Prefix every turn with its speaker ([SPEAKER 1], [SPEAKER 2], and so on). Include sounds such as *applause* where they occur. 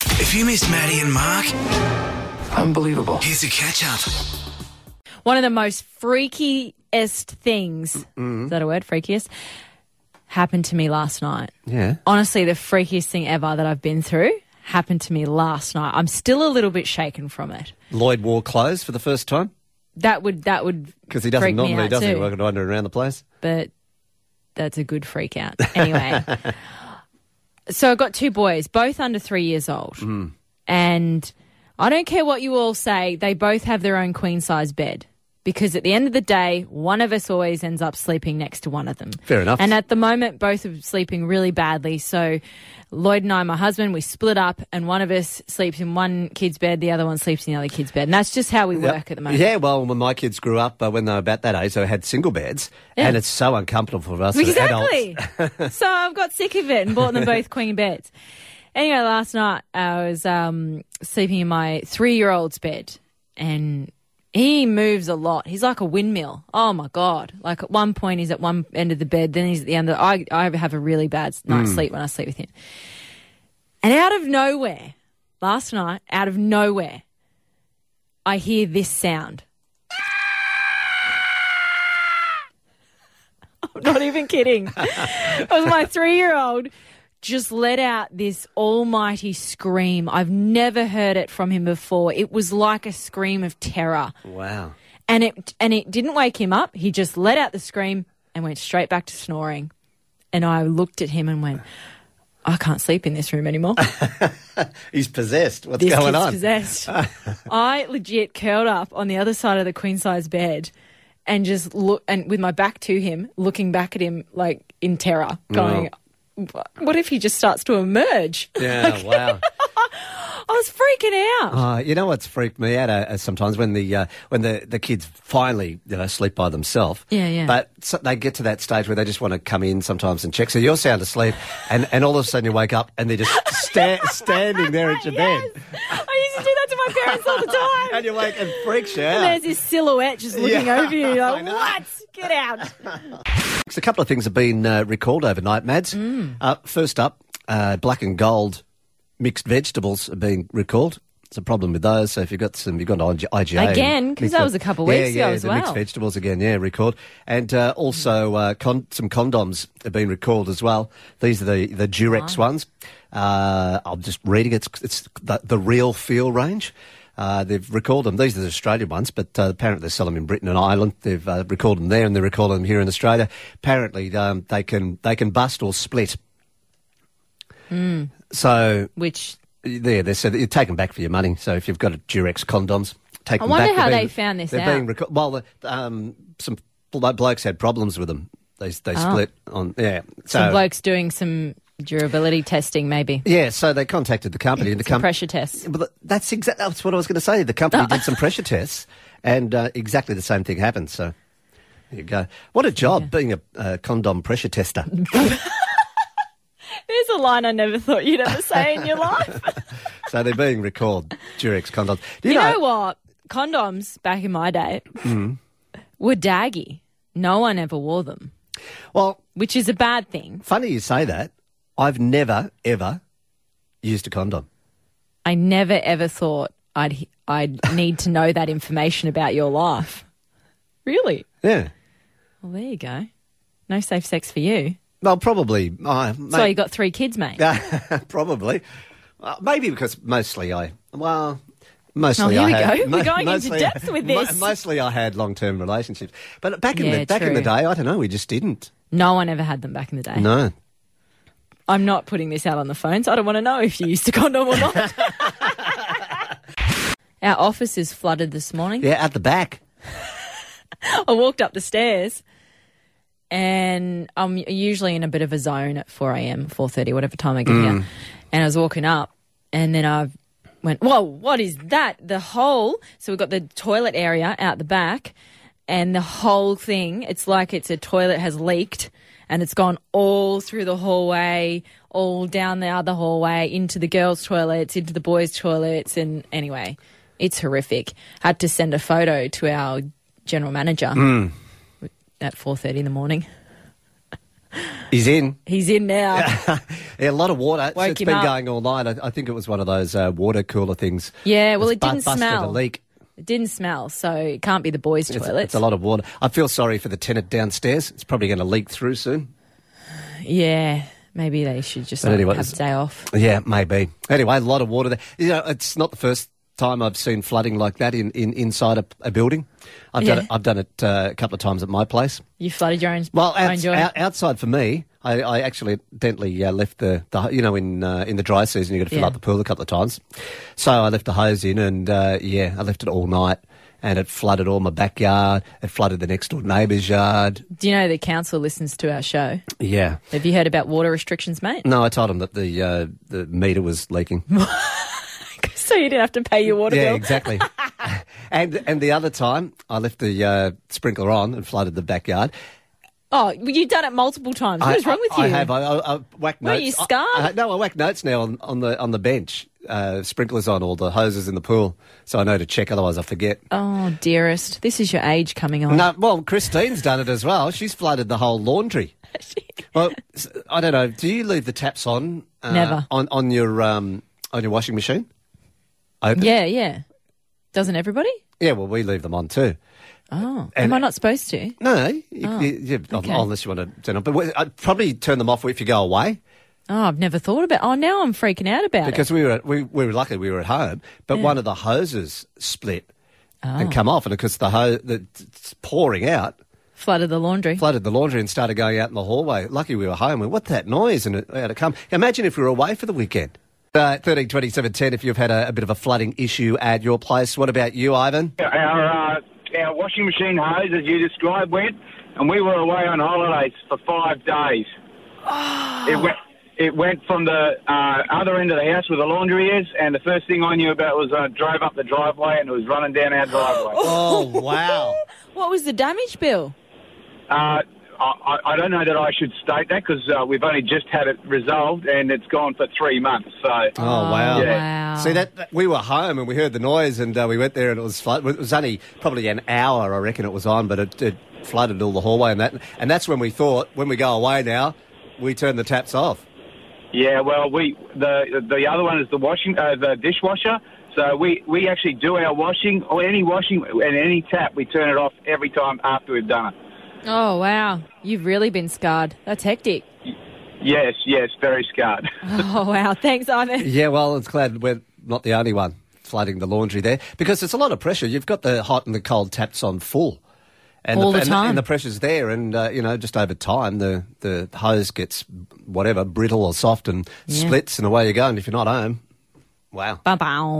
[SPEAKER 1] If you missed Maddie and Mark,
[SPEAKER 2] Unbelievable.
[SPEAKER 1] here's a catch up.
[SPEAKER 3] One of the most freakiest things, is that a word? Freakiest? Happened to me last night.
[SPEAKER 2] Yeah.
[SPEAKER 3] Honestly, the freakiest thing ever that I've been through happened to me last night. I'm still a little bit shaken from it.
[SPEAKER 2] Lloyd wore clothes for the first time
[SPEAKER 3] That would, that would,
[SPEAKER 2] because he doesn't
[SPEAKER 3] freak me
[SPEAKER 2] normally,
[SPEAKER 3] out
[SPEAKER 2] does he?
[SPEAKER 3] too.
[SPEAKER 2] Walking wandering around the place.
[SPEAKER 3] but that's a good freak out.
[SPEAKER 2] *laughs*
[SPEAKER 3] Anyway, so I've got two boys, both under three years old.
[SPEAKER 2] Hmm.
[SPEAKER 3] And I don't care what you all say, they both have their own queen size bed. Because at the end of the day, one of us always ends up sleeping next to one of them.
[SPEAKER 2] Fair enough.
[SPEAKER 3] And at the moment, both are sleeping really badly. So Lloyd and I, my husband, we split up, and one of us sleeps in one kid's bed, the other one sleeps in the other kid's bed. And that's just how we work at the moment.
[SPEAKER 2] Yeah, well, when my kids grew up, uh, when they were about that age, they had single beds, and it's so uncomfortable for us as adults.
[SPEAKER 3] Exactly.
[SPEAKER 2] *laughs*
[SPEAKER 3] so I've got sick of it and bought them both queen beds. Anyway, last night I was um, sleeping in my three year old's bed and he moves a lot. He's like a windmill. Oh my God. Like at one point he's at one end of the bed, then he's at the other. I, I have a really bad night's
[SPEAKER 2] Hmm.
[SPEAKER 3] sleep when I sleep with him. And out of nowhere, last night, out of nowhere, I hear this sound. I'm not even kidding. *laughs* it was my three year old just let out this almighty scream. I've never heard it from him before. It was like a scream of terror.
[SPEAKER 2] Wow.
[SPEAKER 3] And it and it didn't wake him up. He just let out the scream and went straight back to snoring. And I looked at him and went, I can't sleep in this room anymore.
[SPEAKER 2] He's possessed. What's
[SPEAKER 3] this
[SPEAKER 2] going
[SPEAKER 3] kid's
[SPEAKER 2] on?
[SPEAKER 3] possessed.
[SPEAKER 2] *laughs*
[SPEAKER 3] I legit curled up on the other side of the queen size bed and just look and with my back to him, looking back at him like in terror,
[SPEAKER 2] Oh.
[SPEAKER 3] going, "Wh- "What if he just starts to emerge?" *laughs*
[SPEAKER 2] Yeah, wow.
[SPEAKER 3] I was freaking out.
[SPEAKER 2] Uh, you know what's freaked me out uh, uh, sometimes when the uh, when the, the kids finally you know sleep by themselves.
[SPEAKER 3] Yeah, yeah.
[SPEAKER 2] But so they get to that stage where they just want to come in sometimes and check. So you're sound asleep, and, and all of a sudden you wake up and they're just sta- standing there at
[SPEAKER 3] *laughs*
[SPEAKER 2] your
[SPEAKER 3] Yes.
[SPEAKER 2] bed,
[SPEAKER 3] I used to do that to my parents
[SPEAKER 2] *laughs*
[SPEAKER 3] all the time.
[SPEAKER 2] and you wake and freaks you
[SPEAKER 3] And
[SPEAKER 2] out.
[SPEAKER 3] there's this silhouette just looking
[SPEAKER 2] Yeah,
[SPEAKER 3] over
[SPEAKER 2] *laughs*
[SPEAKER 3] you,
[SPEAKER 2] I
[SPEAKER 3] like,
[SPEAKER 2] know.
[SPEAKER 3] "What? Get out!"
[SPEAKER 2] So a couple of things have been uh, recalled overnight, Mads.
[SPEAKER 3] Hmm.
[SPEAKER 2] Uh, first up, uh, black and gold mixed vegetables are being recalled. It's a problem with those. So if you've got some, you've got IG, IGA and
[SPEAKER 3] Again, 'cause
[SPEAKER 2] mixed
[SPEAKER 3] that
[SPEAKER 2] ve-
[SPEAKER 3] was a couple
[SPEAKER 2] yeah,
[SPEAKER 3] weeks ago
[SPEAKER 2] yeah,
[SPEAKER 3] as
[SPEAKER 2] the Mixed
[SPEAKER 3] well.
[SPEAKER 2] vegetables again, yeah, recalled. And uh, also uh, con- some condoms have been recalled as well. These are the the Durex ones. Uh, I'm just reading. It's it's the, the real feel range. Uh, they've recalled them. These are the Australian ones, but uh, apparently they sell them in Britain and Ireland. They've uh, recalled them there, and they're recalling them here in Australia. Apparently, um, they can they can bust or split. So
[SPEAKER 3] Which
[SPEAKER 2] there, they said that you take them back for your money. So if you've got a Durex condoms, take
[SPEAKER 3] I
[SPEAKER 2] them
[SPEAKER 3] wonder
[SPEAKER 2] back.
[SPEAKER 3] how
[SPEAKER 2] They're
[SPEAKER 3] they found this
[SPEAKER 2] they're
[SPEAKER 3] out.
[SPEAKER 2] Being reco- well, the- um, some blo- blokes had problems with them. They they split on yeah. So
[SPEAKER 3] Oh. some blokes doing some durability testing, maybe
[SPEAKER 2] yeah, so they contacted the company and the
[SPEAKER 3] some
[SPEAKER 2] company.
[SPEAKER 3] pressure tests.
[SPEAKER 2] Well, that's exactly that's what I was going to say.
[SPEAKER 3] *laughs*
[SPEAKER 2] The company did some pressure tests, and uh, exactly the same thing happened. So there you go. What a job being a uh, condom
[SPEAKER 3] *laughs*
[SPEAKER 2] pressure tester.
[SPEAKER 3] There's a line I never thought you'd ever say
[SPEAKER 2] *laughs*
[SPEAKER 3] in your life.
[SPEAKER 2] so they're being recalled Durex condoms. Do
[SPEAKER 3] You know what? Condoms back in my day were daggy. No one ever wore them,
[SPEAKER 2] Well,
[SPEAKER 3] which is a bad thing.
[SPEAKER 2] Funny you say that. I've never ever used a condom.
[SPEAKER 3] I never ever thought I'd I'd need to know that information about your life. Really?
[SPEAKER 2] Yeah.
[SPEAKER 3] Well, there you go. No safe sex for you.
[SPEAKER 2] Well, probably. I
[SPEAKER 3] That's why you got three kids, mate.
[SPEAKER 2] *laughs* probably. Uh, maybe because mostly I. Well. Mostly
[SPEAKER 3] Oh, here
[SPEAKER 2] I
[SPEAKER 3] we
[SPEAKER 2] had,
[SPEAKER 3] go. We're going into
[SPEAKER 2] mostly-
[SPEAKER 3] depth with
[SPEAKER 2] mo-
[SPEAKER 3] this.
[SPEAKER 2] mostly I had long-term relationships, but back in
[SPEAKER 3] Yeah,
[SPEAKER 2] the back in the
[SPEAKER 3] true.
[SPEAKER 2] day, I don't know. We just didn't.
[SPEAKER 3] No one ever had them back in the day.
[SPEAKER 2] No.
[SPEAKER 3] I'm not putting this out on the phones. I don't want to know if you used a condom or *laughs* not. Our office is flooded this morning.
[SPEAKER 2] Yeah, at the back.
[SPEAKER 3] I walked up the stairs and I'm usually in a bit of a zone at 4 a.m., 4.30, whatever time I get here. And I was walking up and then I went, whoa, what is that? The whole, so we've got the toilet area out the back and the whole thing, it's like it's a toilet has leaked and it's gone all through the hallway, all down the other hallway, into the girls' toilets, into the boys' toilets. And anyway, it's horrific. Had to send a photo to our general manager at 4.30 in the morning
[SPEAKER 2] He's in.
[SPEAKER 3] He's in now.
[SPEAKER 2] Yeah, a lot of water. It's-
[SPEAKER 3] Woke
[SPEAKER 2] it's
[SPEAKER 3] him
[SPEAKER 2] been
[SPEAKER 3] up.
[SPEAKER 2] going all night. I, I think it was one of those uh, water cooler things.
[SPEAKER 3] Yeah, well,
[SPEAKER 2] It's
[SPEAKER 3] it didn't
[SPEAKER 2] busted
[SPEAKER 3] smell.
[SPEAKER 2] A leak.
[SPEAKER 3] It didn't smell, so it can't be the boys'
[SPEAKER 2] It's,
[SPEAKER 3] toilets.
[SPEAKER 2] it's a lot of water. I feel sorry for the tenant downstairs. It's probably going to leak through soon.
[SPEAKER 3] Yeah, maybe they should just
[SPEAKER 2] But
[SPEAKER 3] like,
[SPEAKER 2] anyway,
[SPEAKER 3] have a
[SPEAKER 2] it's-
[SPEAKER 3] day off.
[SPEAKER 2] Yeah, maybe. Anyway, a lot of water there. You know, it's not the first time I've seen flooding like that in, in inside a, a building. I've done
[SPEAKER 3] Yeah.
[SPEAKER 2] it. I've done it uh, a couple of times at my place.
[SPEAKER 3] You flooded your own.
[SPEAKER 2] Well,
[SPEAKER 3] own
[SPEAKER 2] outs-
[SPEAKER 3] joint.
[SPEAKER 2] out, outside for me, I, I actually accidentally uh, left the, the you know in uh, in the dry season you got to fill
[SPEAKER 3] Yeah.
[SPEAKER 2] up the pool a couple of times, so I left the hose in and uh, yeah I left it all night and it flooded all my backyard. It flooded the next door neighbour's yard.
[SPEAKER 3] Do you know the council listens to our show?
[SPEAKER 2] Yeah.
[SPEAKER 3] Have you heard about water restrictions, mate? *laughs*
[SPEAKER 2] No, I told him that the uh, the meter was leaking.
[SPEAKER 3] so you didn't have to pay your water
[SPEAKER 2] yeah,
[SPEAKER 3] bill. *laughs*
[SPEAKER 2] exactly. and and the other time I left the uh, sprinkler on and flooded the backyard.
[SPEAKER 3] Oh, well, you've done it multiple times. What is wrong with
[SPEAKER 2] I,
[SPEAKER 3] you?
[SPEAKER 2] I have. uh, I, I, I whack
[SPEAKER 3] What are
[SPEAKER 2] notes.
[SPEAKER 3] you,
[SPEAKER 2] I-
[SPEAKER 3] scarred?
[SPEAKER 2] I, no, I whack notes now on, on the on the bench. Uh, sprinklers on all the hoses in the pool, so I know to check. Otherwise, I forget.
[SPEAKER 3] Oh, dearest, this is your age coming on.
[SPEAKER 2] No, well, Christine's done it as well. She's flooded the whole laundry. Well, s- I don't know. Do you leave the taps on? Uh,
[SPEAKER 3] Never.
[SPEAKER 2] on on your um on your washing machine.
[SPEAKER 3] *laughs*
[SPEAKER 2] Open.
[SPEAKER 3] Yeah, yeah. Doesn't everybody?
[SPEAKER 2] Yeah, Well, we leave them on too.
[SPEAKER 3] Oh,
[SPEAKER 2] And-
[SPEAKER 3] am I not supposed to?
[SPEAKER 2] No, you, you, you-
[SPEAKER 3] okay.
[SPEAKER 2] unless you want to turn on. But we- I'd probably turn them off if you go away.
[SPEAKER 3] Oh, I've never thought about. Oh, now I'm freaking out about it.
[SPEAKER 2] because we were at, we, we were lucky we were at home, but one of the hoses split and come off, and of course the hose that's pouring out
[SPEAKER 3] Flooded the laundry.
[SPEAKER 2] flooded the laundry and started going out in the hallway. Lucky we were home. We what that noise and it, out it come. Imagine if we were away for the weekend. Uh, thirteen twenty seven ten. If you've had a, a bit of a flooding issue at your place, what about you, Ivan?
[SPEAKER 4] our uh, our washing machine hose, as you described, went, and we were away on holidays for five days.
[SPEAKER 2] Oh.
[SPEAKER 4] It went. It went from the uh, other end of the house where the laundry is, and the first thing I knew about was I drove up the driveway and it was running down our driveway.
[SPEAKER 2] Oh wow!
[SPEAKER 3] What was the damage bill?
[SPEAKER 4] Uh, I, I don't know that I should state that because uh, we've only just had it resolved and it's gone for three months. So
[SPEAKER 2] Oh wow!
[SPEAKER 3] Yeah. wow.
[SPEAKER 2] See that, that- we were home and we heard the noise and uh, we went there and it was flood. It was only probably an hour, I reckon it was on, but it, it flooded all the hallway and that. And that's when we thought, when we go away now, we turn the taps off.
[SPEAKER 4] Yeah, well, we the the other one is the washing, uh, the dishwasher. So we, we actually do our washing or any washing and any tap, we turn it off every time after we've done it.
[SPEAKER 3] Oh, wow. You've really been scarred. That's hectic.
[SPEAKER 4] Yes, yes, very scarred. *laughs*
[SPEAKER 3] Oh, wow. *laughs* Thanks, Ivan.
[SPEAKER 2] Yeah, well, it's glad we're not the only one flooding the laundry there because it's a lot of pressure. You've got the hot and the cold taps on full. And
[SPEAKER 3] All the
[SPEAKER 2] and
[SPEAKER 3] time.
[SPEAKER 2] And the pressure's there. And, uh, you know, just over time, the, the hose gets whatever, brittle or soft and
[SPEAKER 3] Yeah.
[SPEAKER 2] splits, and away you go. And if you're not home, wow.
[SPEAKER 3] Bye bye.